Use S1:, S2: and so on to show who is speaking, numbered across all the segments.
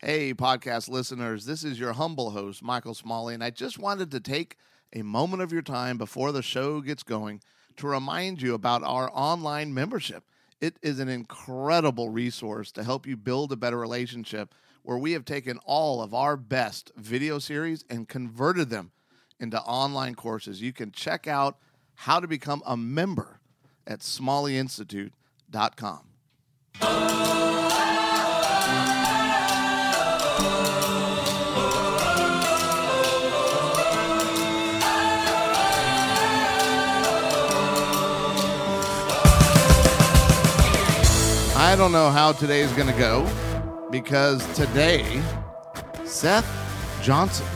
S1: Hey, podcast listeners, this is your humble host, Michael Smalley, and I just wanted to take a moment of your time before the show gets going to remind you about our online membership. It is an incredible resource to help you build a better relationship where we have taken all of our best video series and converted them into online courses. You can check out how to become a member at smalleyinstitute.com. I don't know how today's going to go because today Seth Johnson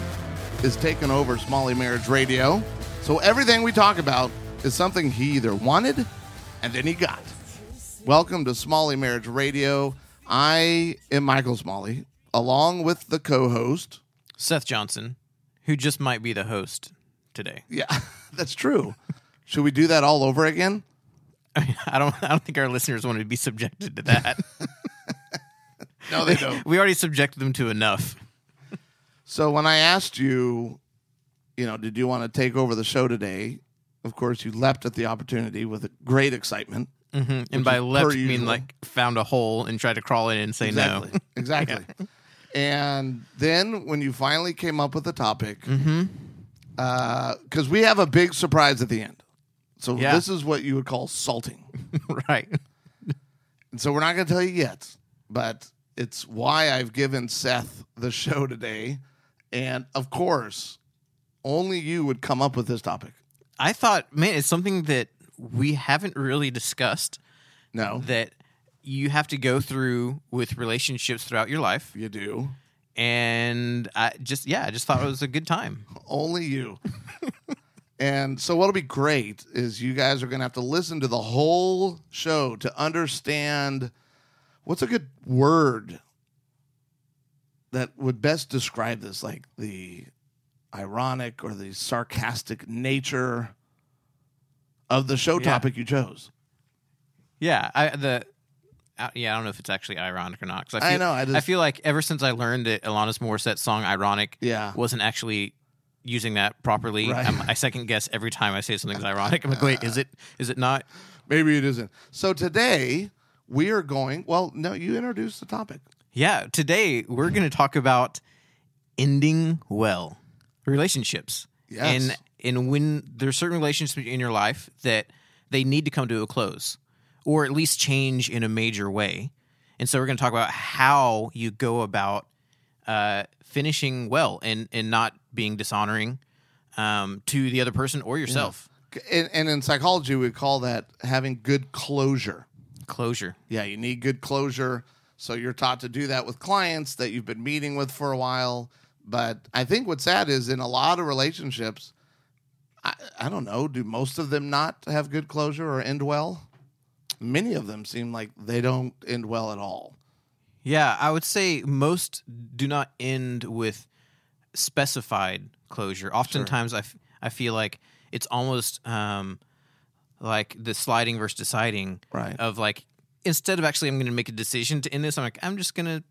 S1: is taking over Smalley Marriage Radio. So everything we talk about is something he either wanted and then he got. Welcome to Smalley Marriage Radio. I am Michael Smalley, along with the co-host.
S2: Seth Johnson, who just might be the host today.
S1: Yeah, that's true. Should we do that all over again?
S2: I mean, I don't I don't think our listeners want to be subjected to that.
S1: No, they don't.
S2: we already subjected them to enough.
S1: So when I asked you, you know, did you want to take over the show today? Of course, you leapt at the opportunity with great excitement.
S2: Mm-hmm. And by left,
S1: per
S2: you mean
S1: usual.
S2: like found a hole and tried to crawl in and say
S1: Exactly.
S2: no.
S1: Exactly. And then when you finally came up with the topic, because
S2: Mm-hmm.
S1: we have a big surprise at the end. So
S2: Yeah.
S1: this is what you would call salting.
S2: right.
S1: And so we're not going to tell you yet, but it's why I've given Seth the show today. And of course, only you would come up with this topic.
S2: I thought, man, it's something that we haven't really discussed
S1: No,
S2: that you have to go through with relationships throughout your life.
S1: you do.
S2: And I just, yeah, I just thought it was a good time.
S1: Only you. and so what'll be great is you guys are going to have to listen to the whole show to understand what's a good word that would best describe this like the ironic or the sarcastic nature of the show
S2: Yeah.
S1: topic you chose.
S2: Yeah, I the uh, yeah, I don't know if it's actually ironic or not. 'cause
S1: I
S2: feel,
S1: know, I just-
S2: feel like ever since I learned that Alanis Morissette's song "Ironic"
S1: Yeah.
S2: wasn't actually using that properly,
S1: Right.
S2: I'm, I second guess every time I say something's ironic. I'm like, wait, is it? Is it not?
S1: Maybe it isn't. So today we are going, well, no, you introduced the topic.
S2: Yeah. Today we're going to talk about ending well relationships.
S1: Yes.
S2: And and when there's certain relationships in your life that they need to come to a close or at least change in a major way. And so we're going to talk about how you go about uh, finishing well and and not being dishonoring um, to the other person or yourself.
S1: And, and in psychology, we call that having good closure.
S2: Closure.
S1: Yeah, you need good closure. So you're taught to do that with clients that you've been meeting with for a while. But I think what's sad is in a lot of relationships, I, I don't know, do most of them not have good closure or end well? Many of them seem like they don't end well at all.
S2: Yeah, I would say most do not end with specified closure. Oftentimes, I f- I feel like it's almost um, like the sliding versus deciding
S1: Right.
S2: of like instead of actually I'm going to make a decision to end this, I'm like I'm just going to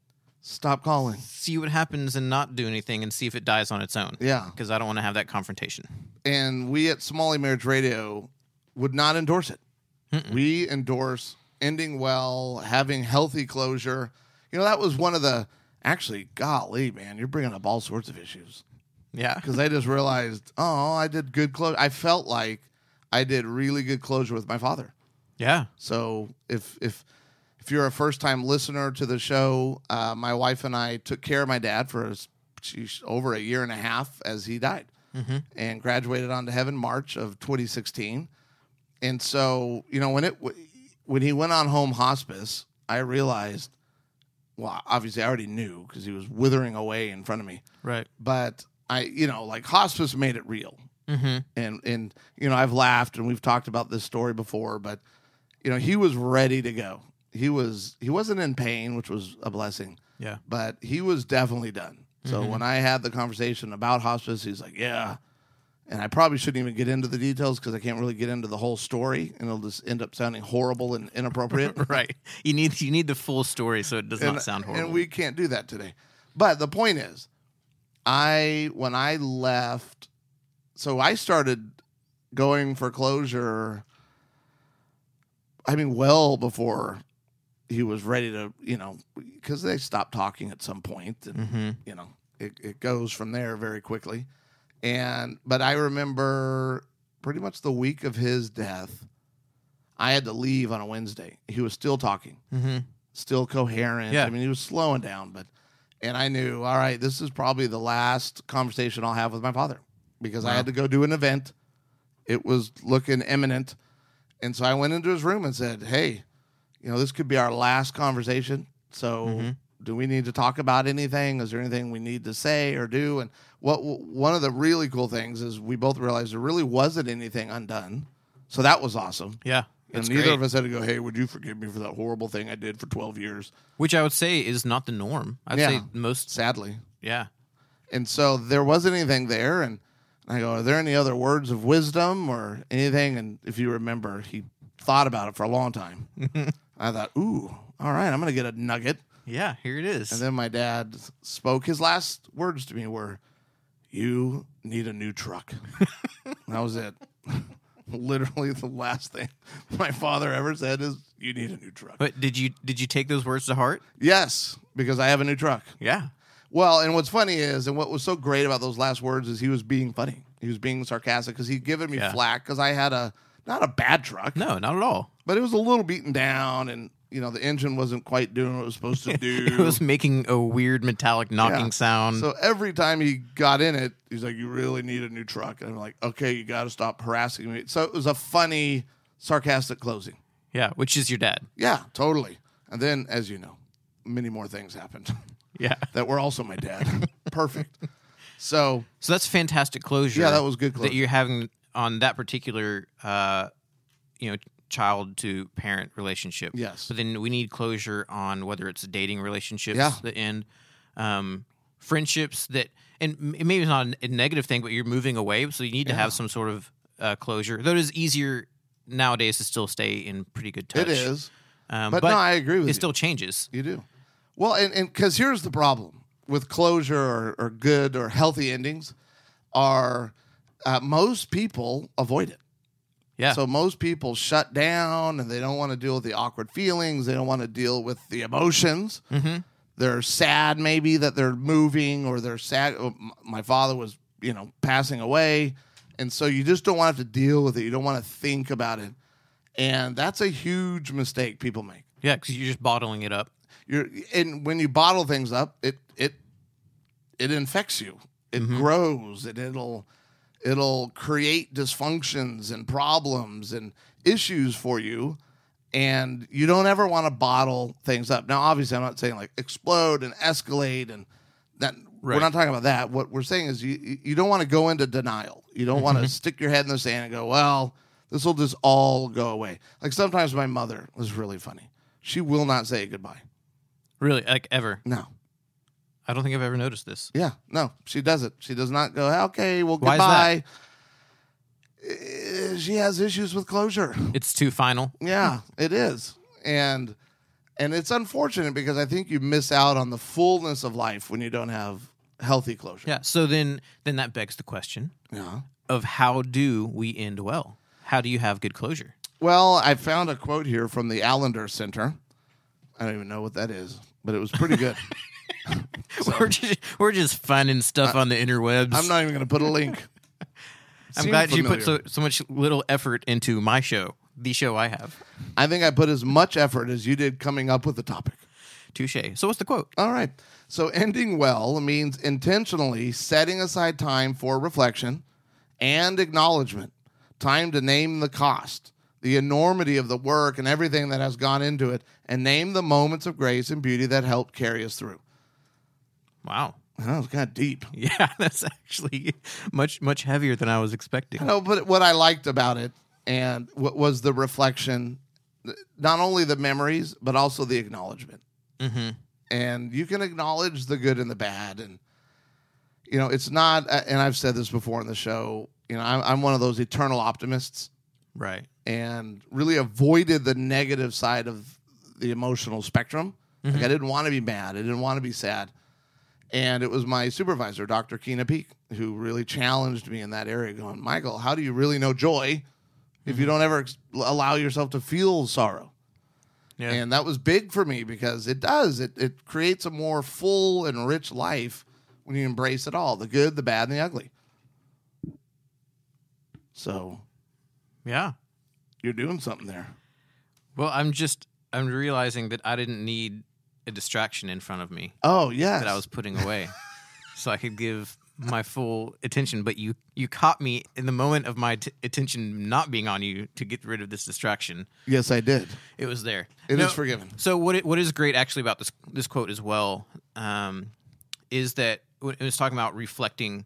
S1: Stop calling.
S2: see what happens and not do anything and see if it dies on its own.
S1: Yeah.
S2: because I don't want to have that confrontation.
S1: and we at Smalley Marriage Radio would not endorse it. We endorse ending well, having healthy closure. You know, that was one of the actually, golly, man, you're bringing up all sorts of issues
S2: Yeah,
S1: because I just realized, oh, I did good closure. I felt like I did really good closure with my father.
S2: yeah,
S1: So if if if you're a first time listener to the show, uh, my wife and I took care of my dad for s- sheesh, over a year and a half as he died, and graduated on to heaven March of 2016. And so you know when it w- when he went on home hospice, I realized. Well, obviously, I already knew because he was withering away in front of me
S2: right.
S1: but I, you know, like hospice made it real.
S2: Mhm.
S1: And and you know, I've laughed and we've talked about this story before, but you know, he was ready to go. He was he wasn't in pain, which was a blessing,
S2: Yeah,
S1: but he was definitely done. So when I had the conversation about hospice, he's like, "Yeah." And I probably shouldn't even get into the details because I can't really get into the whole story, and it'll just end up sounding horrible and inappropriate.
S2: right. You need you need the full story so it does not sound horrible.
S1: And we can't do that today. But the point is, I when I left, so I started going for closure. I mean, well before he was ready to, you know, because they stopped talking at some point, and
S2: Mm-hmm.
S1: you know, it, it goes from there very quickly. And but I remember pretty much the week of his death, I had to leave on a Wednesday. He was still talking
S2: Mm-hmm.
S1: still coherent.
S2: Yeah.
S1: I mean, he was slowing down, but and I knew, all right, this is probably the last conversation I'll have with my father because I
S2: Wow.
S1: had to go do an event. It was looking imminent. And so I went into his room and said, "Hey, you know, this could be our last conversation. So,
S2: Mm-hmm.
S1: do we need to talk about anything? Is there anything we need to say or do?" And what one of the really cool things is we both realized there really wasn't anything undone. So that was awesome.
S2: Yeah.
S1: And
S2: That's
S1: neither
S2: great.
S1: of us had to go, hey, would you forgive me for that horrible thing I did for 12 years?
S2: Which I would say is not the norm. I'd
S1: Yeah.
S2: say most.
S1: Sadly.
S2: Yeah.
S1: And so there wasn't anything there. And I go, are there any other words of wisdom or anything? And if you remember, he thought about it for a long time. I thought, ooh, all right, I'm going to get a nugget.
S2: Yeah. Here it is.
S1: And then my dad s- spoke. His last words to me were, you need a new truck. that was it. Literally the last thing my father ever said is, you need a new truck.
S2: but did you did you take those words to heart?
S1: Yes, because I have a new truck.
S2: Yeah.
S1: Well, and what's funny is, and what was so great about those last words is he was being funny. He was being sarcastic because he'd given me
S2: Yeah.
S1: flack because I had a not a bad truck,
S2: No, not at all.
S1: but it was a little beaten down, and you know the engine wasn't quite doing what it was supposed to do.
S2: It was making a weird metallic knocking
S1: Yeah.
S2: sound.
S1: So every time he got in it, he's like, "You really need a new truck," and I'm like, "Okay, you got to stop harassing me." So it was a funny, sarcastic closing.
S2: yeah, which is your dad.
S1: Yeah, totally. And then, as you know, many more things happened.
S2: Yeah.
S1: that were also my dad. Perfect. So
S2: So that's fantastic closure.
S1: yeah, that was good.
S2: that
S1: Closure.
S2: you're having on that particular uh you know child to parent relationship
S1: Yes.
S2: but then we need closure on whether it's dating relationships
S1: Yeah.
S2: that end um friendships that and m- maybe it's not a negative thing but you're moving away so you need to
S1: Yeah.
S2: have some sort of uh, closure though it is easier nowadays to still stay in pretty good touch
S1: It is,
S2: um,
S1: but, no, I agree with
S2: it
S1: you.
S2: still changes
S1: you do well, and and because here's the problem with closure or, or good or healthy endings are uh, most people avoid it.
S2: yeah
S1: So most people shut down and they don't want to deal with the awkward feelings. They don't want to deal with the emotions.
S2: Mhm.
S1: They're sad maybe that they're moving or they're sad. oh, m- My father was, you know, passing away. And so you just don't want to have to deal with it. You don't want to think about it. And that's a huge mistake people make.
S2: yeah because you're just bottling it up
S1: You're and when you bottle things up, it it it infects you. It grows and it'll it'll create dysfunctions and problems and issues for you. And you don't ever want to bottle things up. Now, obviously, I'm not saying like explode and escalate and that. We're
S2: Right.
S1: not talking about that. What we're saying is you you- you don't want to go into denial. You don't want to stick your head in the sand and go, well, this will just all go away. Like sometimes my mother was really funny. She will not say goodbye.
S2: really like ever
S1: No.
S2: i don't think i've ever noticed this
S1: Yeah, no, she does it. She does not go, okay, well,
S2: Why is
S1: goodbye. Eh, She has issues with closure.
S2: it's too final
S1: Yeah,
S2: Hmm.
S1: it is. And and it's unfortunate because I think you miss out on the fullness of life when you don't have healthy closure.
S2: yeah so then then that begs the question
S1: Yeah.
S2: of how do we end well? How do you have good closure?
S1: Well, I found a quote here from the Allender Center. I don't even know what that is, but it was pretty good.
S2: We're just, we're just finding stuff on the interwebs.
S1: I'm not even going to put a link.
S2: I'm
S1: Seemed
S2: glad you
S1: familiar.
S2: put so, so much little effort into my show, the show I have.
S1: I think I put as much effort as you did coming up with the topic.
S2: Touche. So what's the quote?
S1: All right. So ending well means intentionally setting aside time for reflection and acknowledgement, time to name the cost, the enormity of the work and everything that has gone into it, and name the moments of grace and beauty that helped carry us through.
S2: Wow.
S1: That was kind of deep.
S2: Yeah, that's actually much much heavier than I was expecting.
S1: No, but what I liked about it and what was the reflection, not only the memories, but also the acknowledgement.
S2: Mhm.
S1: and you can acknowledge the good and the bad and you know it's not uh, and i've said this before on the show you know i'm, I'm one of those eternal optimists
S2: Right.
S1: and really avoided the negative
S2: Mm-hmm.
S1: side of the emotional spectrum like i didn't want to be mad i didn't want to be sad And it was my supervisor, Dr. Keena Peak, who really challenged me in that area, going, Michael, how do you really know joy if
S2: Mm-hmm.
S1: you don't ever ex- allow yourself to feel sorrow?
S2: Yeah.
S1: And that was big for me because it does. It, it creates a more full and rich life when you embrace it all the good, the bad, and the ugly. So
S2: yeah.
S1: you're doing something there.
S2: Well, I'm just I'm realizing that I didn't need a distraction in front of me
S1: Oh, yes.
S2: that I was putting away, so I could give my full attention. But you you caught me in the moment of my t- attention not being on you to get rid of this distraction.
S1: yes, I did.
S2: It was there.
S1: It is
S2: No,
S1: forgiven.
S2: So what it, what is great actually about this this quote as well um, is that when it was talking about reflecting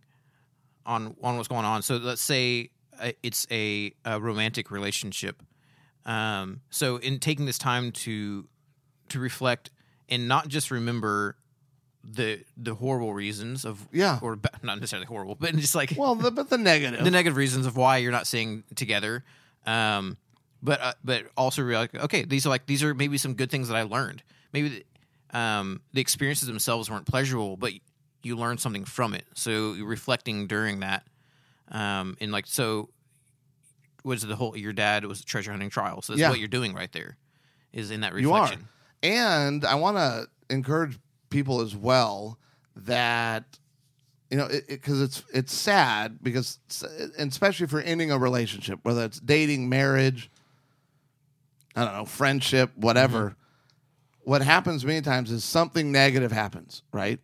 S2: on on what's going on. So let's say uh, it's a, a romantic relationship. Um, so in taking this time to to reflect and not just remember the the horrible reasons of
S1: Yeah.
S2: or ba- not necessarily horrible, but just like
S1: Well, the, but the negative.
S2: the negative reasons of why you're not staying together. Um, but uh, but also realize okay, these are like these are maybe some good things that I learned. Maybe the, um, the experiences themselves weren't pleasurable, but you learned something from it. So you're reflecting during that, um, and like so, was the whole your dad was treasure hunting trial. So that's
S1: Yeah.
S2: what you're doing right there, is in that
S1: You are.
S2: reflection.
S1: And I want to encourage people as well that you know because it's it's sad because and especially if you're ending a relationship whether it's dating marriage i don't know friendship whatever what happens many times is something negative happens right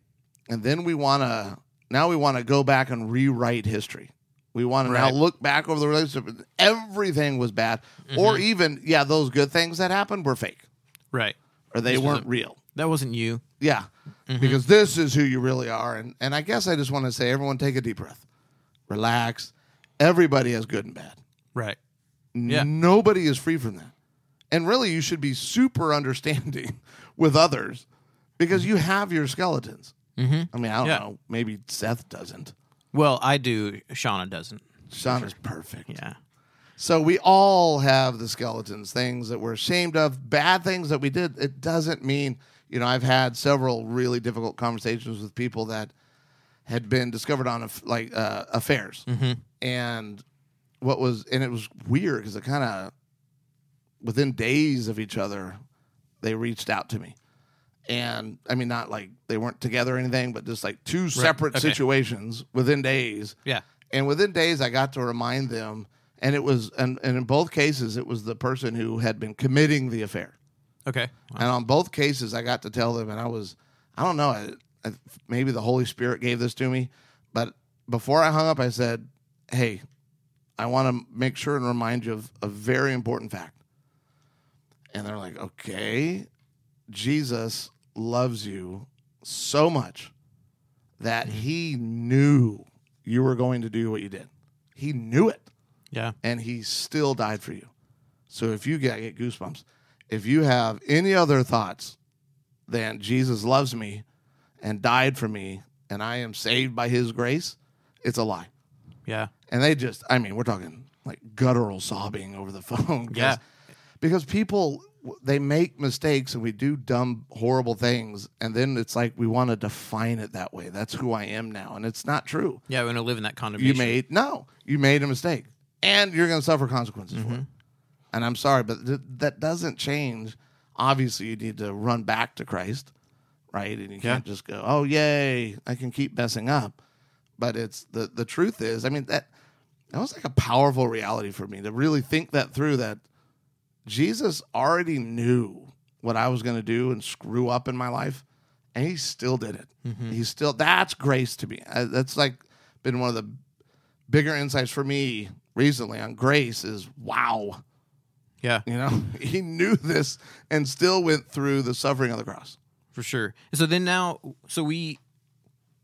S1: and then we want to now we want to go back and rewrite history we want to now
S2: Right.
S1: look back over the relationship and everything was bad or even yeah those good things that happened were fake
S2: Right.
S1: or they
S2: Just
S1: weren't
S2: wasn't-
S1: real. Mm-hmm.
S2: That wasn't you.
S1: Yeah. Because this is who you really are. And, and I guess I just want to say, everyone take a deep breath, relax. Everybody has good and bad.
S2: Right. Yeah.
S1: Nobody is free from that. And really, you should be super understanding with others because you have your skeletons. Mm-hmm. I mean, I don't
S2: Yeah.
S1: know. Maybe Seth doesn't.
S2: Well, I do. Shauna doesn't.
S1: Sean is perfect.
S2: Yeah.
S1: So we all have the skeletons, things that we're ashamed of, bad things that we did. It doesn't mean, you know, I've had several really difficult conversations with people that had been discovered on aff- like uh, affairs, and what was and it was weird because it kind of within days of each other, they reached out to me, and I mean not like they weren't together or anything, but just like two separate
S2: Okay.
S1: situations within days,
S2: Yeah.
S1: and within days, I got to remind them, and it was, and, and in both cases, it was the person who had been committing the affair.
S2: Okay.
S1: And on both cases, I got to tell them, and I was, I don't know, I, I, maybe the Holy Spirit gave this to me, but before I hung up, I said, "Hey, I want to make sure and remind you of a very important fact." And they're like, "Okay, Jesus loves you so much that He knew you were going to do what you did. He knew it."
S2: Yeah.
S1: and he still died for you. So if you get, I get goosebumps, if you have any other thoughts than Jesus loves me and died for me and I am saved by his grace, it's a lie.
S2: Yeah.
S1: And they just, I mean, we're talking like guttural sobbing over the phone. 'cause-
S2: Yeah.
S1: Because people, w- they make mistakes and we do dumb, horrible things. And then it's like we want to define it that way. That's who I am now. And it's not true.
S2: Yeah, we want to live in that condemnation.
S1: You made no. You made a mistake, and you're going to suffer consequences for it. And I'm sorry, but th- that doesn't change. Obviously, you need to run back to Christ, right? And you can't just go, "Oh, yay, I can keep messing up." But it's the the truth is, I mean that that was like a powerful reality for me to really think that through. That Jesus already knew what I was going to do and screw up in my life, and he still did it. He still that's grace to me. Uh, that's like been one of the bigger insights for me recently on grace is wow.
S2: Yeah,
S1: You know, he knew this and still went through the suffering of the cross.
S2: for sure. And so then now, so we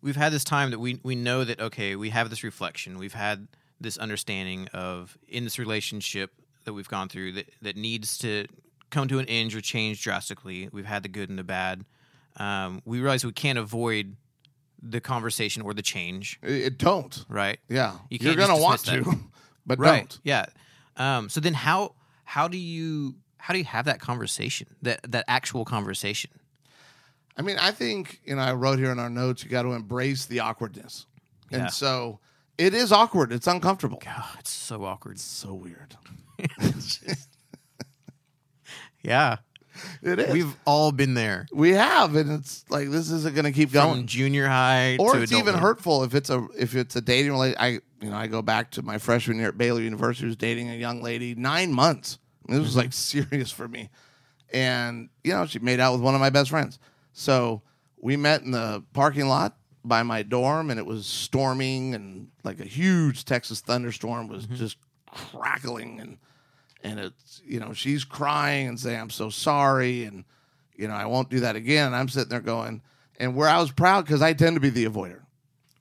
S2: we've had this time that we we know that okay, we have this reflection, we've had this understanding of in this relationship that we've gone through that that needs to come to an end or change drastically. We've had the good and the bad. Um, we realize we can't avoid the conversation or the change,
S1: It, it don't.
S2: right?
S1: Yeah.
S2: You
S1: You are
S2: can't
S1: going to
S2: just
S1: want
S2: dismiss
S1: to, but
S2: right
S1: don't.
S2: yeah um, so then how how do you how do you have that conversation that that actual conversation
S1: I mean, I think, you know, I wrote here in our notes, you got to embrace the awkwardness.
S2: Yeah.
S1: And so it is awkward. It's uncomfortable.
S2: God, it's so awkward.
S1: So weird.
S2: Yeah.
S1: It is. We've,
S2: We've all been there.
S1: we have, and it's like, this isn't going to keep going.
S2: From junior high
S1: Mm. or
S2: to
S1: it's even
S2: adulthood.
S1: hurtful if it's a if it's a dating related. I you know I go back to my freshman year at Baylor University, was dating a young lady nine months. This was like serious for me, and you know she made out with one of my best friends. So we met in the parking lot by my dorm, and it was storming and like a huge Texas thunderstorm was just crackling and and it's you know she's crying and saying i'm so sorry and you know i won't do that again and i'm sitting there going and where i was proud because i tend to be the avoider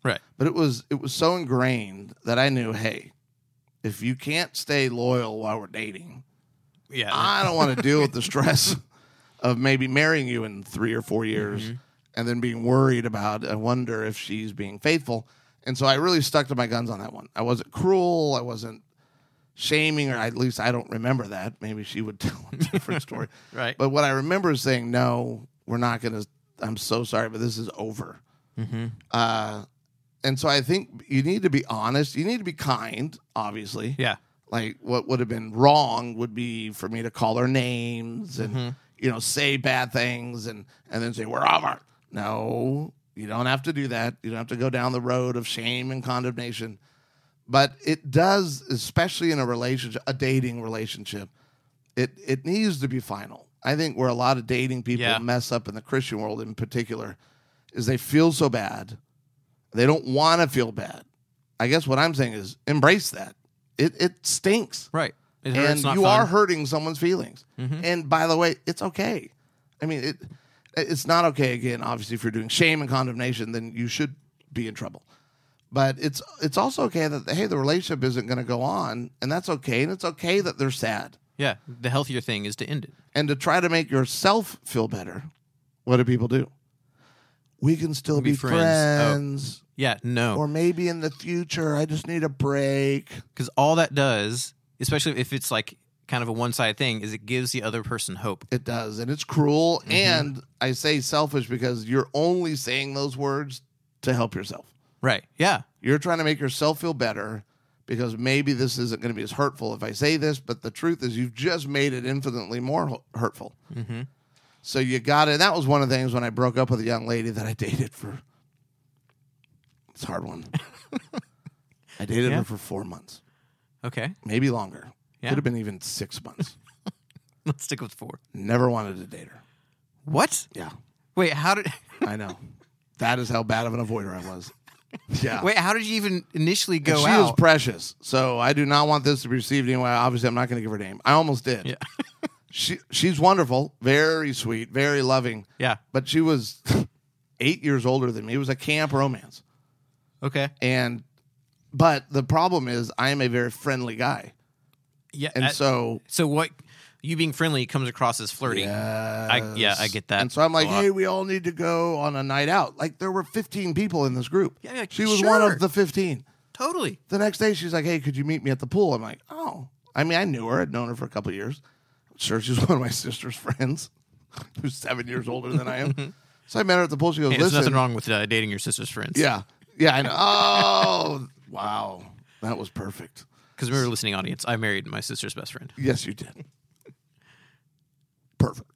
S2: Right.
S1: but it was it was so ingrained that i knew hey if you can't stay loyal while we're dating
S2: Yeah.
S1: i don't want to deal with the stress of maybe marrying you in three or four years and then being worried about i wonder if she's being faithful and so i really stuck to my guns on that one i wasn't cruel i wasn't shaming or at least i don't remember that maybe she would tell a different story
S2: Right.
S1: but what I remember is saying, no, we're not going to. I'm so sorry, but this is over.
S2: Mm-hmm.
S1: Uh, and so I think you need to be honest. You need to be kind, obviously.
S2: yeah.
S1: Like what would have been wrong would be for me to call her names and
S2: Mm-hmm.
S1: you know say bad things and and then say we're over. No, you don't have to do that. You don't have to go down the road of shame and condemnation. But it does, especially in a relationship, a dating relationship, it it needs to be final. I think where a lot of dating people
S2: Yeah.
S1: mess up in the Christian world in particular is they feel so bad. They don't want to feel bad. I guess what I'm saying is embrace that. It it stinks.
S2: Right. It hurts,
S1: And
S2: not
S1: you
S2: fun. Mm-hmm.
S1: are hurting someone's feelings. And by the way, it's okay. I mean, it it's not okay again obviously if you're doing shame and condemnation then you should be in trouble. But it's it's also okay that hey, the relationship isn't going to go on and that's okay and it's okay that they're sad
S2: Yeah. The healthier thing is to end it.
S1: and to try to make yourself feel better, what do people do? We can still
S2: Be
S1: be,
S2: friends.
S1: friends.
S2: Oh. Yeah. No.
S1: Or maybe in the future, I just need a break.
S2: because all that does, especially if it's like kind of a one sided thing, is it gives the other person hope.
S1: It does. And it's cruel.
S2: Mm-hmm.
S1: And I say selfish because you're only saying those words to help yourself.
S2: Right. Yeah.
S1: You're trying to make yourself feel better because maybe this isn't going to be as hurtful if I say this, but the truth is you've just made it infinitely more hu- hurtful.
S2: Mm-hmm.
S1: So you got it. That was one of the things when I broke up with a young lady that I dated for. It's a hard one. I dated
S2: Yeah.
S1: her for four months,
S2: Okay.
S1: maybe longer.
S2: Yeah.
S1: Could have been even six months.
S2: Let's stick with four.
S1: Never wanted to date her.
S2: What?
S1: Yeah,
S2: Wait. How did?
S1: I know. that is how bad of an avoider I was. Yeah.
S2: Wait. How did you even initially go
S1: she is
S2: out?
S1: precious, so I do not want this to be received anyway. Obviously, I'm not going to give her name. I almost did.
S2: Yeah.
S1: she she's wonderful, very sweet, very loving.
S2: yeah.
S1: But she was eight years older than me. It was a camp romance,
S2: Okay.
S1: and but the problem is, I am a very friendly guy,
S2: Yeah.
S1: and
S2: that-
S1: so
S2: so what? You being friendly comes across as flirting. I yeah. I get that.
S1: And so I'm like,
S2: a lot.
S1: hey, we all need to go on a night out. Like there were 15 people in this group.
S2: Yeah, yeah,
S1: she was one
S2: sure.
S1: of the 15.
S2: totally.
S1: the next day she's like, "Hey, could you meet me at the pool?" I'm like, "Oh, I mean, I knew her. I'd known her for a couple of years. I'm sure she's one of my sister's friends, who's seven years older than I am." so I met her at the pool. She goes,
S2: Hey, there's
S1: "Listen,
S2: nothing wrong with uh, dating your sister's friends.
S1: yeah, yeah, I know. oh, wow, that was perfect.
S2: Because remember, listening audience, I married my sister's best friend.
S1: Yes, you did. Perfect.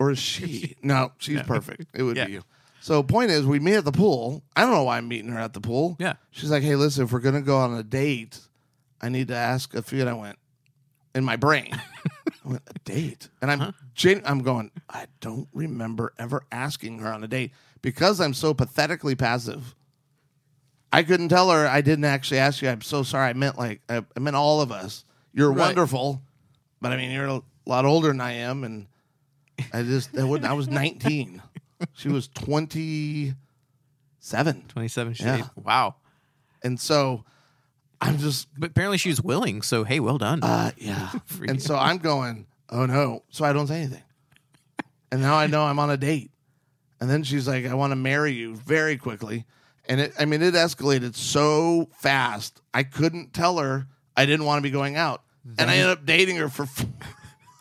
S1: or is she? No, she's perfect. It would
S2: Yeah.
S1: be you. So point is, we meet at the pool. I don't know why I'm meeting her at the pool.
S2: Yeah.
S1: She's like, hey, listen, if we're gonna go on a date, I need to ask a few. And I went in my brain. I went a date, and I'm gen- I'm going. I don't remember ever asking her on a date because I'm so pathetically passive. I couldn't tell her I didn't actually ask you. I'm so sorry. I meant like I, I meant all of us. You're
S2: Right.
S1: wonderful, but I mean you're a lot older than I am, and I just I, wouldn't, I was 19. She was 27,
S2: Twenty-seven. She
S1: Yeah.
S2: Wow.
S1: and so I'm just
S2: But apparently she was willing. So hey, well done.
S1: uh, yeah.
S2: For you.
S1: and so I'm going, oh no. So I don't say anything. And now I know I'm on a date. And then she's like, I want to marry you very quickly. And it, I mean, it escalated so fast. I couldn't tell her I didn't want to be going out. and I ended up dating her for four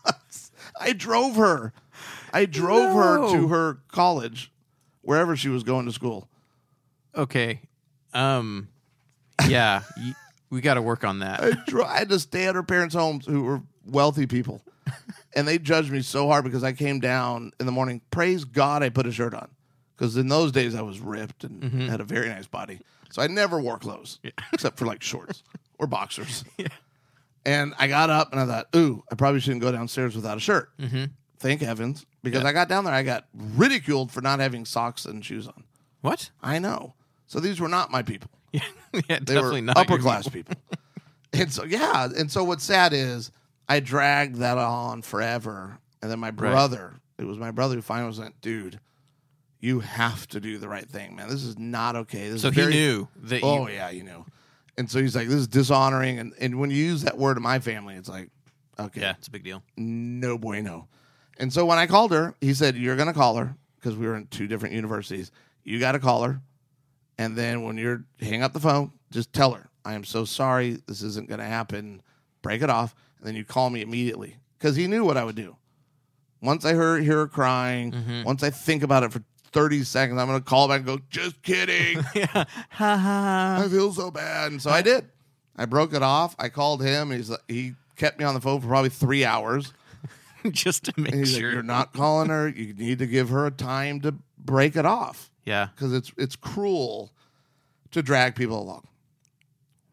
S1: months. I drove her. I drove her to
S2: No.
S1: her college, wherever she was going to school.
S2: Okay. Um. Yeah, y- we got to work on that.
S1: I, dro- I had to stay at her parents' homes who were wealthy people. And they judged me so hard because I came down in the morning. Praise God I put a shirt on. Because in those days I was ripped and had a very nice body. So I never wore clothes except for like shorts or boxers. And I got up and I thought, ooh, I probably shouldn't go downstairs without a shirt. Thank heavens. Because I got down there, I got ridiculed for not having socks and shoes on.
S2: What?
S1: I know. So these were not my people
S2: Yeah, yeah
S1: they
S2: definitely
S1: were
S2: not
S1: upper
S2: your
S1: class
S2: people.
S1: people. and so yeah, and so what's sad is I dragged that on forever, and then my brother, it was my brother who finally was like, "Dude, you have to do the right thing, man. This is not okay." This
S2: So
S1: is
S2: he
S1: very-
S2: knew that.
S1: Oh
S2: you,
S1: yeah, you know. And so he's like, "This is dishonoring," and and when you use that word in my family, it's like, okay,
S2: yeah, it's a big deal.
S1: no bueno. And so when I called her, he said, You're going to call her because we were in two different universities. You got to call her. And then when you're hang up the phone, just tell her, I am so sorry. This isn't going to happen. Break it off. And then you call me immediately because he knew what I would do. Once I hear, hear her crying, once I think about it for 30 seconds, I'm going to call back and go, Just kidding.
S2: yeah. Ha ha.
S1: I feel so bad. And so I did. I broke it off. I called him. He's like, He kept me on the phone for probably three hours.
S2: Just to make
S1: And he's like,
S2: sure
S1: you're not calling her. You need to give her a time to break it off
S2: Yeah.
S1: because it's it's cruel to drag people along.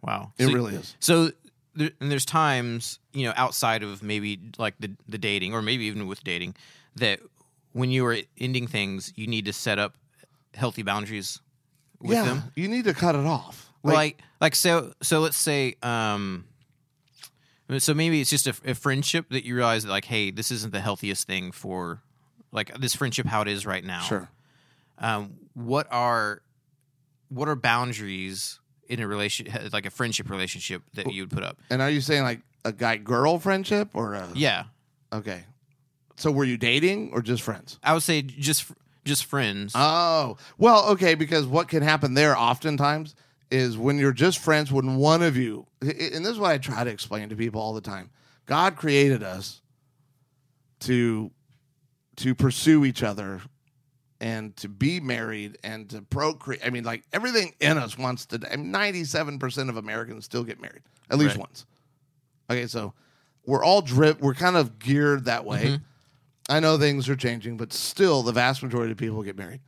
S2: Wow.
S1: It
S2: So-
S1: really is.
S2: So there, and there's times you know outside of maybe like the the dating or maybe even with dating that when you are ending things you need to set up healthy boundaries with
S1: yeah,
S2: them.
S1: you need to cut it off.
S2: Well, like like so so let's say um so maybe it's just a, a friendship that you realize that like hey this isn't the healthiest thing for like this friendship how it is right now
S1: sure,
S2: um, what are what are boundaries in a relation like a friendship relationship that you would put up
S1: and are you saying like a guy girl friendship or a
S2: yeah
S1: okay? So were you dating or just friends?
S2: i would say just just friends
S1: Oh well, okay. Because what can happen there oftentimes is when you're just friends, when one of you, and this is what I try to explain to people all the time. God created us to to pursue each other and to be married and to procreate. I mean, like everything in us wants to. I mean, Ninety-seven percent of Americans still get married at least
S2: Right.
S1: once. Okay, so we're all drip. We're kind of geared that way. I know things are changing, but still, the vast majority of people get married.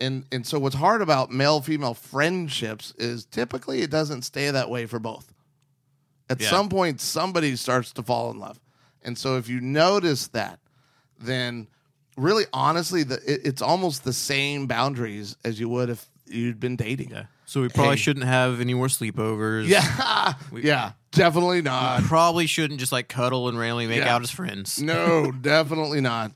S1: And and so, what's hard about male female friendships is typically it doesn't stay that way for both. At
S2: Yeah.
S1: some point, somebody starts to fall in love, and so if you notice that, then really, honestly, the, it, it's almost the same boundaries as you would if you'd been dating.
S2: yeah so we probably
S1: Hey.
S2: shouldn't have any more sleepovers
S1: Yeah, yeah, definitely not.
S2: probably shouldn't just like cuddle and randomly make
S1: Yeah.
S2: out as friends
S1: No, definitely not.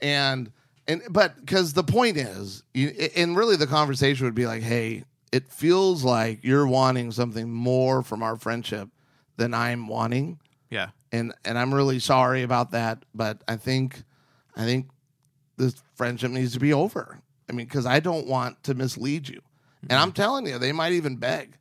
S1: And and but because the point is, you, and really the conversation would be like, hey, it feels like you're wanting something more from our friendship than I'm wanting,
S2: yeah
S1: and and I'm really sorry about that, but I think I think this friendship needs to be over. I mean, because I don't want to mislead you, and I'm telling you, they might even beg.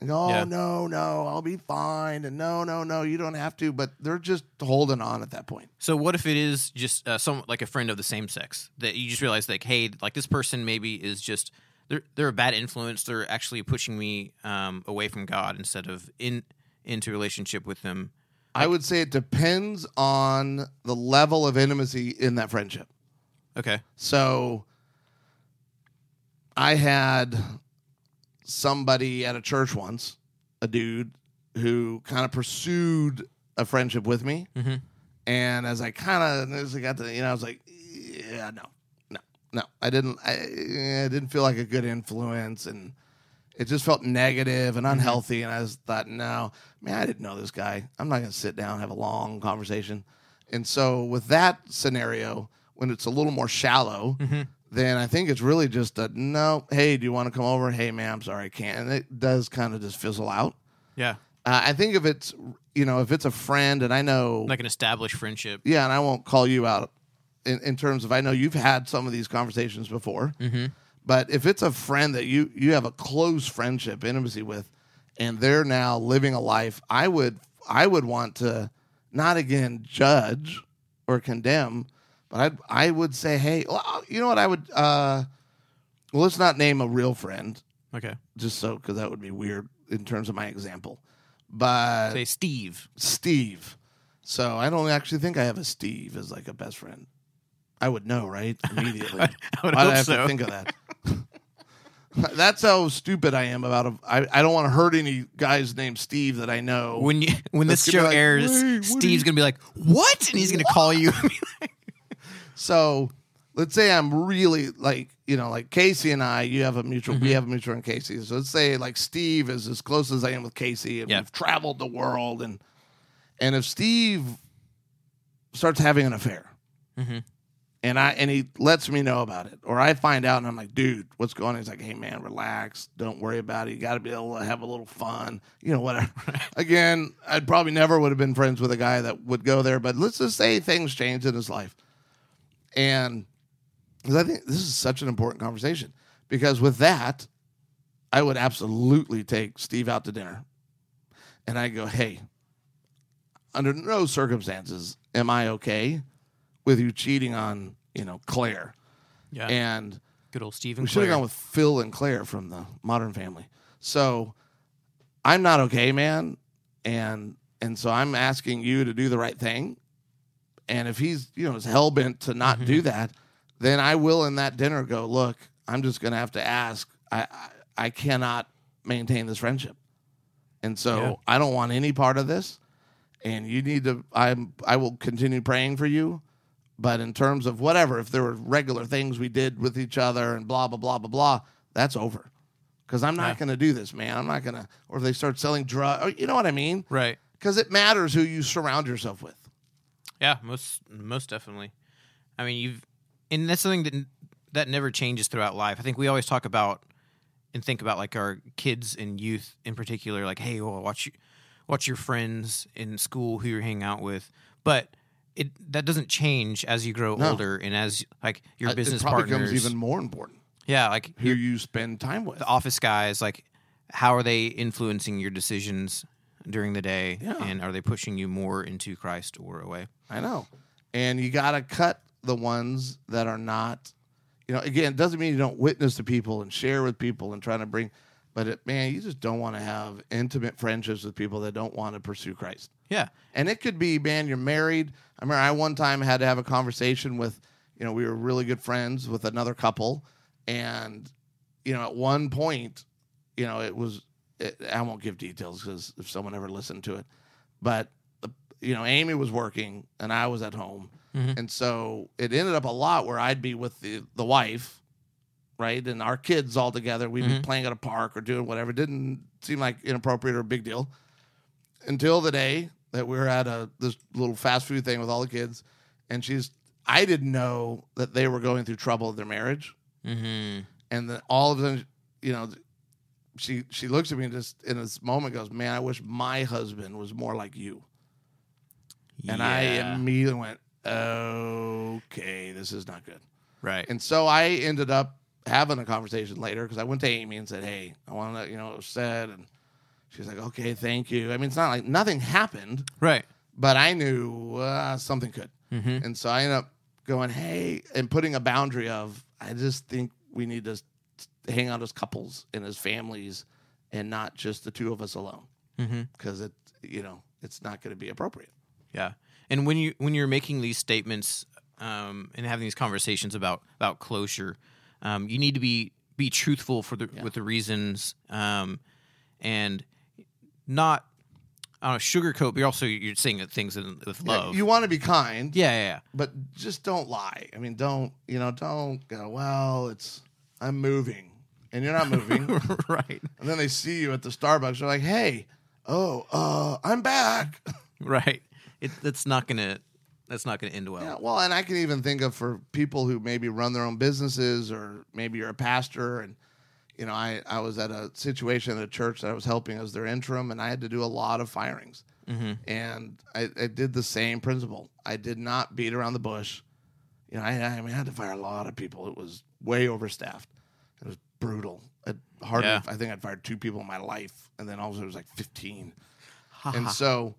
S1: And go, oh
S2: Yeah.
S1: no, no, I'll be fine, and no, no, no, you don't have to. But they're just holding on at that point.
S2: So what if it is just uh, some like a friend of the same sex that you just realize like hey like this person maybe is just they're they're a bad influence they're actually pushing me um, away from God instead of in into relationship with them
S1: I would say it depends on the level of intimacy in that friendship.
S2: okay
S1: So I had somebody at a church once, a dude who kind of pursued a friendship with me.
S2: Mhm.
S1: And as I kind of as I got to, you know, I was like, yeah, no, no, no. I didn't, I, I didn't feel like a good influence. And it just felt negative and unhealthy. And I just thought, no, man, I didn't know this guy. I'm not going to sit down and have a long conversation. And so, with that scenario, when it's a little more shallow, then I think it's really just a no, hey, do you want to come over? Hey, man, I'm sorry, I can't. And it does kind of just fizzle out.
S2: yeah
S1: Uh, I think if it's, you know, if it's a friend and I know
S2: like an established friendship
S1: yeah, and I won't call you out in, in terms of I know you've had some of these conversations before, but if it's a friend that you you have a close friendship intimacy with, and they're now living a life, I would I would want to not again judge or condemn, But I I would say, hey, well, you know what? I would. Uh, well, let's not name a real friend,
S2: Okay.
S1: just so because that would be weird in terms of my example. But
S2: Say Steve.
S1: Steve. So I don't actually think I have a Steve as like a best friend. I would know, right? Immediately. I
S2: would
S1: Why
S2: hope
S1: I have
S2: so.
S1: to think of that? That's how stupid I am about. A, I I don't want to hurt any guy's named Steve that I know.
S2: When you when
S1: That's
S2: this
S1: gonna
S2: show
S1: be like,
S2: airs,
S1: "Wait, what are you-"
S2: Steve's gonna be like, "What?" and he's gonna call you.
S1: So let's say I'm really like you know like Casey and I. You have a mutual.
S2: Mm-hmm.
S1: We have a mutual in Casey. So let's say like Steve is as close as I am with Casey, and
S2: Yeah.
S1: we've traveled the world. And and if Steve starts having an affair,
S2: Mhm.
S1: and I and he lets me know about it, or I find out and I'm like, dude, what's going on? He's like, hey man, relax, don't worry about it. You got to be able to have a little fun, you know, whatever. Again, I'd probably never would have been friends with a guy that would go there, but let's just say things changed in his life, and because I think this is such an important conversation because with that, I would absolutely take Steve out to dinner, and I go, hey, under no circumstances am I okay with you cheating on you know Claire.
S2: yeah.
S1: And
S2: Good old Steve
S1: we
S2: and
S1: should have
S2: Claire.
S1: gone with Phil and Claire from the Modern Family. So I'm not okay, man. And and so I'm asking you to do the right thing. And if he's you know is hell bent to not
S2: Mm-hmm.
S1: do that, then I will in that dinner go look. I'm just gonna have to ask. I I, I cannot maintain this friendship, and so
S2: Yeah.
S1: I don't want any part of this. And you need to. I'm. I will continue praying for you. But in terms of whatever, if there were regular things we did with each other and blah, blah, blah, blah, blah, that's over. Because I'm not
S2: Yeah.
S1: going to do this, man. I'm not going to. Or if they start selling drugs, you know what I mean?
S2: right.
S1: Because it matters who you surround yourself with.
S2: Yeah, most most definitely. I mean, you've and that's something that n- that never changes throughout life. I think we always talk about and think about like our kids and youth in particular. Like, hey, well, watch you, watch your friends in school who you're hanging out with, but it that doesn't change as you grow
S1: No.
S2: older and as like your
S1: Uh, It-
S2: business
S1: it probably
S2: partners.
S1: becomes even more important
S2: yeah, like
S1: who you spend time with.
S2: the office guys like how are they influencing your decisions during the day
S1: Yeah.
S2: and are they pushing you more into christ or away
S1: I know. And you got to cut the ones that are not, you know, again, it doesn't mean you don't witness to people and share with people and trying to bring, but it, man, you just don't want to have intimate friendships with people that don't want to pursue Christ.
S2: yeah
S1: And it could be, man, you're married. I remember I one time had to have a conversation with, you know, we were really good friends with another couple. And, you know, at one point, you know, it was, it, I won't give details because if someone ever listened to it, but, the, you know, Amy was working and I was at home.
S2: Mhm.
S1: And so it ended up a lot where I'd be with the, the wife, right? And our kids all together. We'd be
S2: Mhm.
S1: playing at a park or doing whatever. Didn't seem like inappropriate or a big deal until the day that we were at a this little fast food thing with all the kids, and she's I didn't know that they were going through trouble in their marriage,
S2: mm-hmm.
S1: and then all of a sudden, you know, she she looks at me and just in this moment goes, "Man, I wish my husband was more like you." And I immediately went, "Okay, this is not good."
S2: right
S1: And so I ended up having a conversation later because I went to Amy and said, "Hey, I want to, you know, it was said," and she's like, "Okay, thank you." I mean, it's not like nothing happened
S2: right.
S1: but I knew uh, something could.
S2: Mm-hmm.
S1: And so I ended up going, hey, and putting a boundary of, I just think we need to s- hang out as couples and as families and not just the two of us alone
S2: Mm-hmm.
S1: because it, you know, it's not going to be appropriate.
S2: Yeah. And when you when you're making these statements um, and having these conversations about about closure, um, you need to be be truthful for the with the reasons um, and not I don't know, sugarcoat. But you're also you're saying things in, with love.
S1: You want to be kind,
S2: yeah, yeah, yeah.
S1: but just don't lie. I mean, don't, you know, don't go, well, it's, I'm moving and you're not moving.
S2: right,
S1: and then they see you at the Starbucks. They're like, hey, oh, uh, I'm back.
S2: right. It, that's not gonna that's not gonna end well.
S1: Yeah, well, and I can even think of for people who maybe run their own businesses or maybe you're a pastor and you know, I, I was at a situation at a church that I was helping as their interim and I had to do a lot of firings. And I, I did the same principle. I did not beat around the bush. You know, I, I mean, I had to fire a lot of people. It was way overstaffed. It was brutal. It hardly,
S2: Yeah.
S1: I think I'd fired two people in my life. And then all of a sudden it was like 15
S2: Ha,
S1: and
S2: ha.
S1: so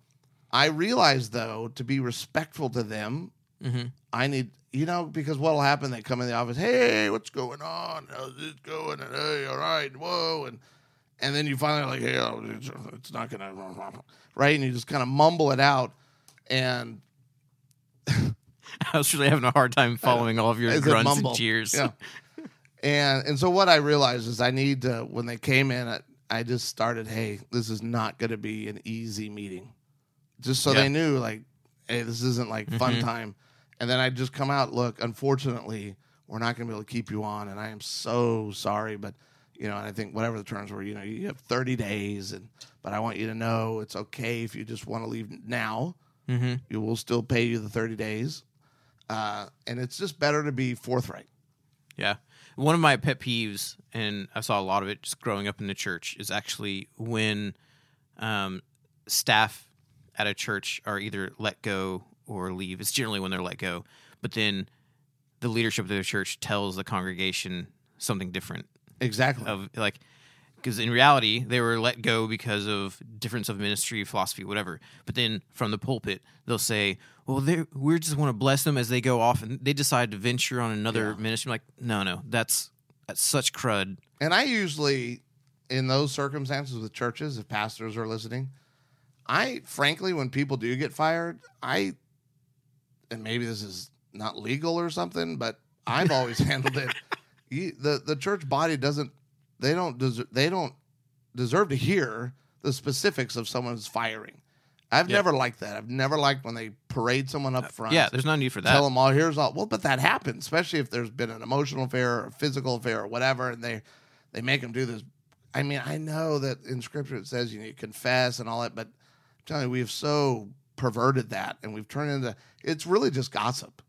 S1: I realized though to be respectful to them
S2: Mm-hmm.
S1: I need, you know, because what'll happen? They come in the office, hey, what's going on? How's this going? And hey, all right, whoa, and and then you finally like, hey, oh, it's- it's not gonna, right? And you just kind of mumble it out, and
S2: I was really having a hard time following all of your
S1: It's a
S2: grunts
S1: mumble.
S2: and cheers.
S1: Yeah. And and so what I realized is I need to when they came in, I, I just started, hey, this is not going to be an easy meeting, just so
S2: Yeah.
S1: they knew like, hey, this isn't like fun time. And then I'd just come out, look, unfortunately, we're not going to be able to keep you on, and I am so sorry, but you know, and I think whatever the terms were, you know, you have 30 days, and but I want you to know it's okay if you just want to leave now.
S2: hmm
S1: You will still pay you the 30 days, uh, and it's just better to be forthright.
S2: Yeah. One of my pet peeves, and I saw a lot of it just growing up in the church, is actually when um, staff at a church are either let go or leave. It's generally when they're let go, but then the leadership of the church tells the congregation something different.
S1: Exactly.
S2: Of like, because in reality they were let go because of difference of ministry, philosophy, whatever. But then from the pulpit they'll say, "Well, they we just want to bless them as they go off and they decide to venture on another ministry." I'm like, no, no, that's that's such crud.
S1: And I usually, in those circumstances with churches, if pastors are listening, I frankly, when people do get fired, I, and maybe this is not legal or something, but I've always handled it. You, the the church body doesn't they don't deserve they don't deserve to hear the specifics of someone's firing. I've
S2: Yeah. Uh,
S1: never liked that. I've never liked when they parade someone up front
S2: Yeah, there's no need for that.
S1: tell them all here's all well but that happens especially if there's been an emotional affair or a physical affair or whatever and they they make them do this i mean i know that in scripture it says you need to confess and all that but i'm telling you we have so perverted that and we've turned into it's really just gossip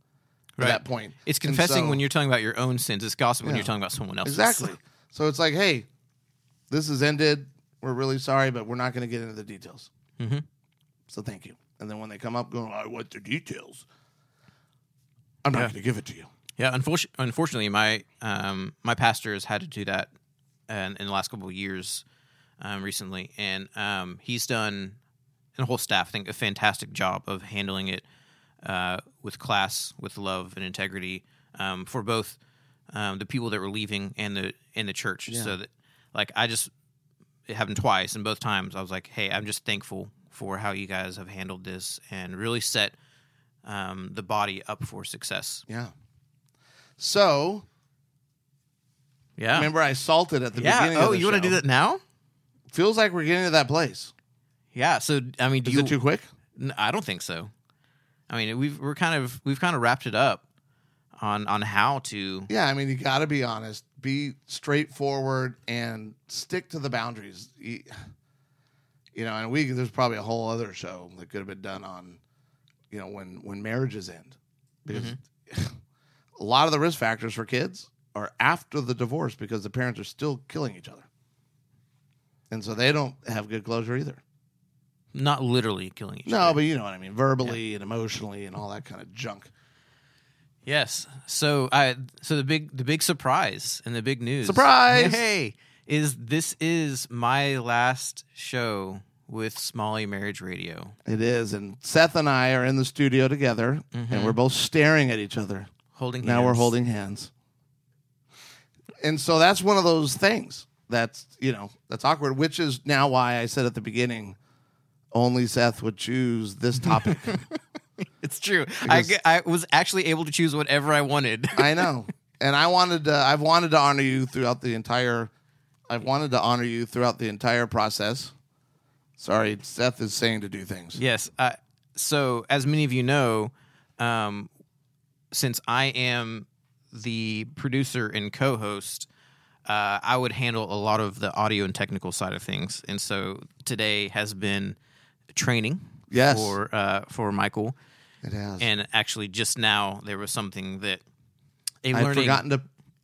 S2: Right.
S1: at that point
S2: it's
S1: And
S2: confessing
S1: so-
S2: when you're talking about your own sins. It's gossip when
S1: Yeah.
S2: you're talking about someone else's.
S1: exactly so it's like hey this is ended we're really sorry but we're not going to get into the details
S2: Mhm.
S1: so thank you and then when they come up going i want the details i'm not
S2: Yeah.
S1: going to give it to you
S2: Yeah, unfortunately, unfortunately, my um, my pastor has had to do that uh, in, in the last couple of years um, recently, and um, he's done and the whole staff I think a fantastic job of handling it uh, with class, with love and integrity um, for both um, the people that were leaving and the and the church. So that like I just it happened twice, and both times I was like, hey, I'm just thankful for how you guys have handled this and really set um, the body up for success.
S1: Yeah. So
S2: Yeah.
S1: remember, I salted at the
S2: yeah.
S1: beginning.
S2: Oh,
S1: of the
S2: you want
S1: show.
S2: to do that now?
S1: Feels like we're getting to that place.
S2: Yeah. So I mean, do
S1: Is
S2: you?
S1: it too quick?
S2: N- I don't think so. I mean, we've we're kind of we've kind of wrapped it up on on how to.
S1: Yeah, I mean, you got to be honest, be straightforward, and stick to the boundaries. You you know, and we there's probably a whole other show that could have been done on, you know, when when marriages end, because
S2: Mm-hmm.
S1: a lot of the risk factors for kids are after the divorce because the parents are still killing each other, and so they don't have good closure either.
S2: Not literally killing each other.
S1: No, but you know what I mean, verbally and emotionally and all that kind of junk.
S2: Yes. So I so the big the big surprise and the big news
S1: Surprise!
S2: hey is this is my last show with Smalley Marriage Radio.
S1: It is, and Seth and I are in the studio together, and we're both staring at each other.
S2: Holding
S1: Now we're
S2: hands.
S1: holding hands, and so that's one of those things that's you know that's awkward, which is now why I said at the beginning, only Seth would choose this topic.
S2: It's true. I, ge- I was actually able to choose whatever I wanted.
S1: I know, and I wanted to. I've wanted to honor you throughout the entire. I've wanted to honor you throughout the entire process. Sorry, Seth is saying to do things.
S2: Yes. Uh, so, as many of you know, um, since I am the producer and co host, uh, I would handle a lot of the audio and technical side of things. And so today has been training
S1: Yes.
S2: for, uh, for Michael.
S1: It has.
S2: And actually, just now, there was something that a
S1: I've
S2: learning
S1: forgotten to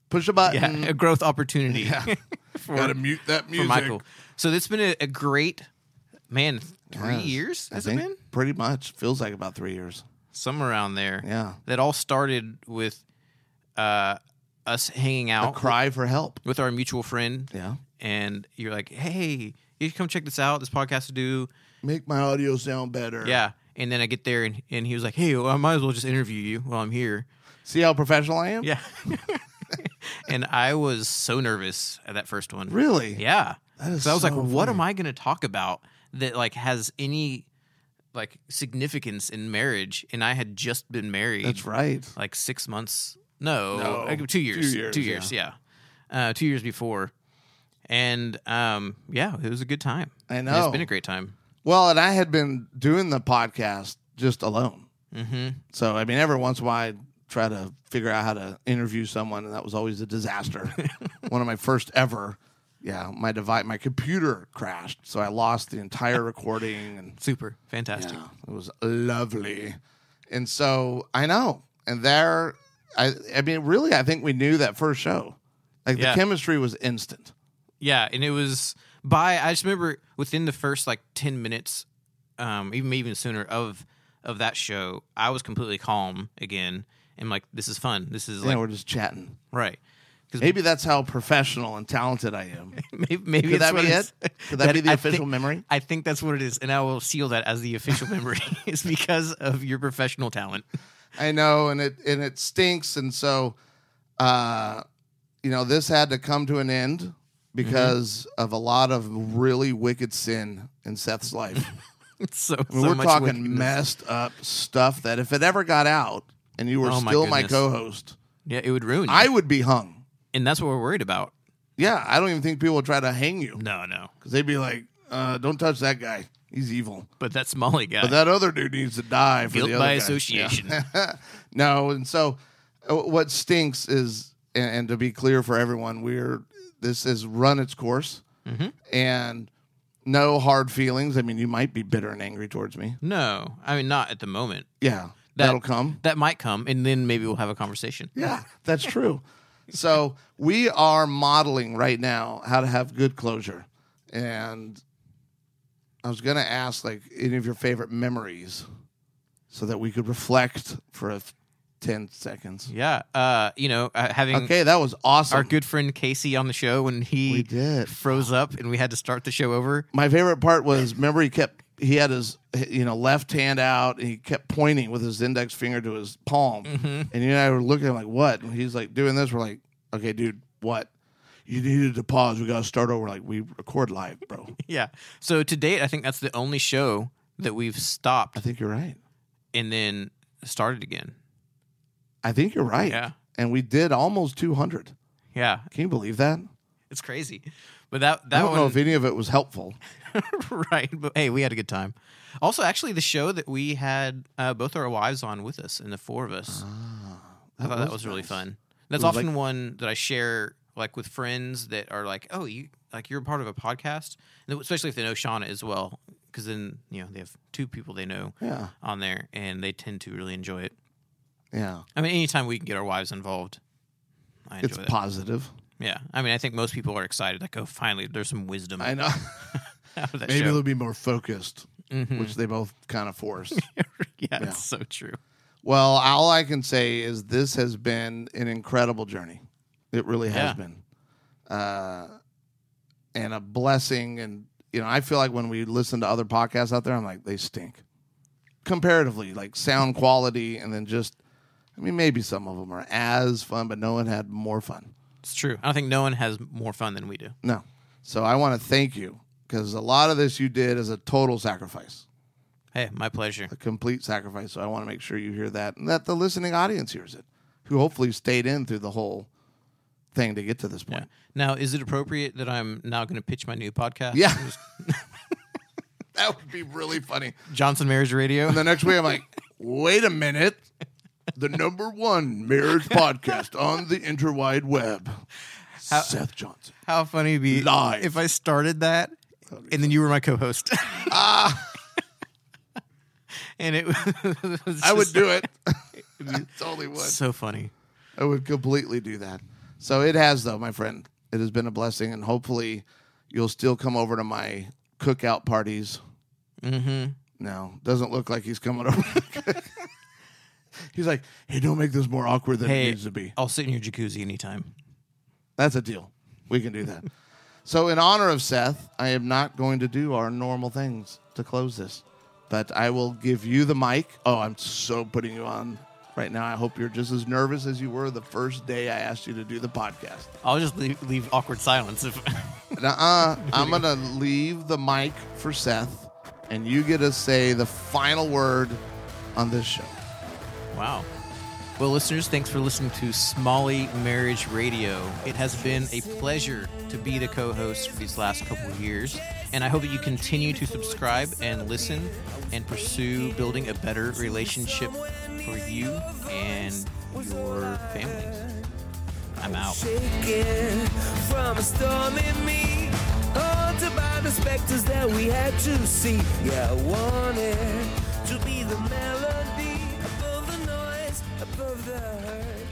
S1: push a button.
S2: yeah, a growth opportunity for,
S1: Gotta mute that
S2: for
S1: music.
S2: Michael. So, that's been a, a great man, three
S1: Yes.
S2: years
S1: I
S2: has
S1: think
S2: it been?
S1: Pretty much. Feels like about three years.
S2: somewhere around there.
S1: Yeah.
S2: That all started with uh, us hanging
S1: A
S2: out
S1: cry for help.
S2: with our mutual friend.
S1: Yeah.
S2: And you're like, hey, you should come check this out. This podcast to do.
S1: Make my audio sound better.
S2: Yeah. And then I get there and, and he was like, hey, well, I might as well just interview you while I'm here.
S1: See how professional I am?
S2: Yeah. and I was so nervous at that first one.
S1: Really?
S2: Yeah.
S1: That is
S2: so I was like,
S1: so
S2: what
S1: funny.
S2: am I going to talk about that like has any like significance in marriage? And I had just been married
S1: That's right.
S2: like six months. No,
S1: No.
S2: like, two years.
S1: Two years,
S2: yeah. Uh, two years before. And um, yeah, it was a good time.
S1: I
S2: And
S1: know.
S2: It's been a great time.
S1: Well, and I had been doing the podcast just alone.
S2: Mm-hmm.
S1: So I mean, every once in a while, I try to figure out how to interview someone, and that was always a disaster. One of my first ever. Yeah, my device, my computer crashed, so I lost the entire recording, and
S2: Super. Fantastic.
S1: yeah, it was lovely. And so I know, and there, I, I mean, really, I think we knew that first show. Like
S2: Yeah.
S1: the chemistry was instant.
S2: Yeah, and it was by I just remember within the first like ten minutes, um, even even sooner of of that show, I was completely calm again and like this is fun. This is
S1: You know,
S2: like
S1: we're just chatting.
S2: right. 'Cause right
S1: Maybe that's how professional and talented I am.
S2: because maybe, maybe
S1: Could
S2: that's
S1: that
S2: what
S1: be
S2: it's-
S1: it? Could that, be the
S2: I
S1: official
S2: think-
S1: memory?
S2: I think that's what it is, and I will seal that as the official memory. it's because of your professional talent.
S1: I know, and it and it stinks, and so, uh, you know, this had to come to an end Mm-hmm. because of a lot of really wicked sin in Seth's life.
S2: It's so,
S1: I mean,
S2: so
S1: we're
S2: much
S1: talking
S2: wickedness.
S1: messed up stuff that if it ever got out, and you were
S2: Oh, my
S1: still my
S2: goodness.
S1: co-host,
S2: Yeah, it would ruin. You.
S1: I would be hung.
S2: and that's what we're worried about.
S1: Yeah, I don't even think people would try to hang you
S2: No, no,
S1: because they'd be like, uh, "Don't touch that guy; he's evil."
S2: but that Molly guy.
S1: But that other dude needs to die for
S2: Guilt
S1: the other guy.
S2: by association.
S1: Yeah. no, and so uh, what stinks is, and, and to be clear for everyone, we're this has run its course,
S2: Mm-hmm.
S1: and no hard feelings. I mean, you might be bitter and angry towards me.
S2: no, I mean not at the moment.
S1: Yeah,
S2: That-
S1: that, will come.
S2: That might come, and then maybe we'll have a conversation.
S1: Yeah, that's true. so we are modeling right now how to have good closure, and I was gonna ask like any of your favorite memories, so that we could reflect for a f- ten seconds.
S2: Yeah, uh, you know, uh, having
S1: Okay, that was awesome.
S2: our good friend Casey on the show when
S1: We
S2: he
S1: did.
S2: froze up and we had to start the show over.
S1: My favorite part was remember he kept he had his you know left hand out and he kept pointing with his index finger to his palm,
S2: Mm-hmm,
S1: and you and I were looking at him like what? And he's like doing this. We're like, okay, dude, what? You needed to pause. We got to start over. Like we record live, bro.
S2: Yeah. So to date, I think that's the only show that we've
S1: I
S2: stopped
S1: think you're right.
S2: and then started again.
S1: I think you're right.
S2: Yeah.
S1: And we did almost 200.
S2: Yeah,
S1: Can you believe that?
S2: it's crazy. But that
S1: I
S2: that
S1: don't know if
S2: one,
S1: any of it was helpful.
S2: right? But hey, we had a good time. Also, actually, the show that we had uh, both our wives on with us and the four of us. I thought that was really
S1: Oh, nice.
S2: fun. That's
S1: was like-
S2: often one that I share like with friends that are like, "Oh, you like you're a part of a podcast," and especially if they know Shauna as well, because then you know they have two people they know
S1: Yeah.
S2: on there, and they tend to really enjoy it.
S1: Yeah.
S2: I mean, anytime we can get our wives involved, I
S1: It's
S2: enjoy that.
S1: positive.
S2: yeah, I mean, I think most people are excited. Like, oh, finally, there's some wisdom
S1: I know.
S2: out of that
S1: Maybe
S2: show.
S1: they'll be more focused,
S2: Mhm.
S1: which they both kind of force.
S2: yeah,
S1: Yeah.
S2: it's so true.
S1: well, all I can say is this has been an incredible journey. It really has
S2: Yeah.
S1: been. Uh, and a blessing. And, you know, I feel like when we listen to other podcasts out there, I'm like, they stink comparatively, like sound quality. And then just, I mean, maybe some of them are as fun, but no one had more fun.
S2: It's true. I don't think no one has more fun than we do.
S1: No. So I want to thank you because a lot of this you did is a total sacrifice.
S2: Hey, my pleasure.
S1: a complete sacrifice. So I want to make sure you hear that and that the listening audience hears it, who hopefully stayed in through the whole thing to get to this
S2: Yeah.
S1: point.
S2: Now, is it appropriate that I'm now going to pitch my new podcast?
S1: Yeah. That would be really funny.
S2: Johnson Marriage Radio.
S1: The next week, I'm like, wait a minute. The number one marriage podcast on the interwide web. Seth Johnson.
S2: How funny it'd be
S1: Live.
S2: if I started that and then you were my co-host. Ah. and it was
S1: I would
S2: just
S1: do it. I totally would.
S2: so funny.
S1: I would completely do that. So it has, though, my friend. It has been a blessing, and hopefully, you'll still come over to my cookout parties.
S2: Mhm.
S1: No, doesn't look like he's coming over. he's like, hey, don't make this more awkward than it
S2: Hey,
S1: needs to be.
S2: I'll sit in your jacuzzi anytime.
S1: That's a deal. We can do that. so, in honor of Seth, I am not going to do our normal things to close this. But I will give you the mic. Oh, I'm so putting you on right now. I hope you're just as nervous as you were the first day I asked you to do the podcast.
S2: I'll just leave, leave awkward silence. If
S1: Uh-uh. I'm gonna leave the mic for Seth, and you get to say the final word on this show.
S2: wow. Well, listeners, thanks for listening to Smalley Marriage Radio. It has been a pleasure to be the co-host for these last couple of years, and I hope that you continue to subscribe and listen and pursue building a better relationship for you and your families. I'm out.
S3: shaken from a storm in me. All about the specters that we had to see. Yeah, I wanted to be the melody above the noise, above the hurt.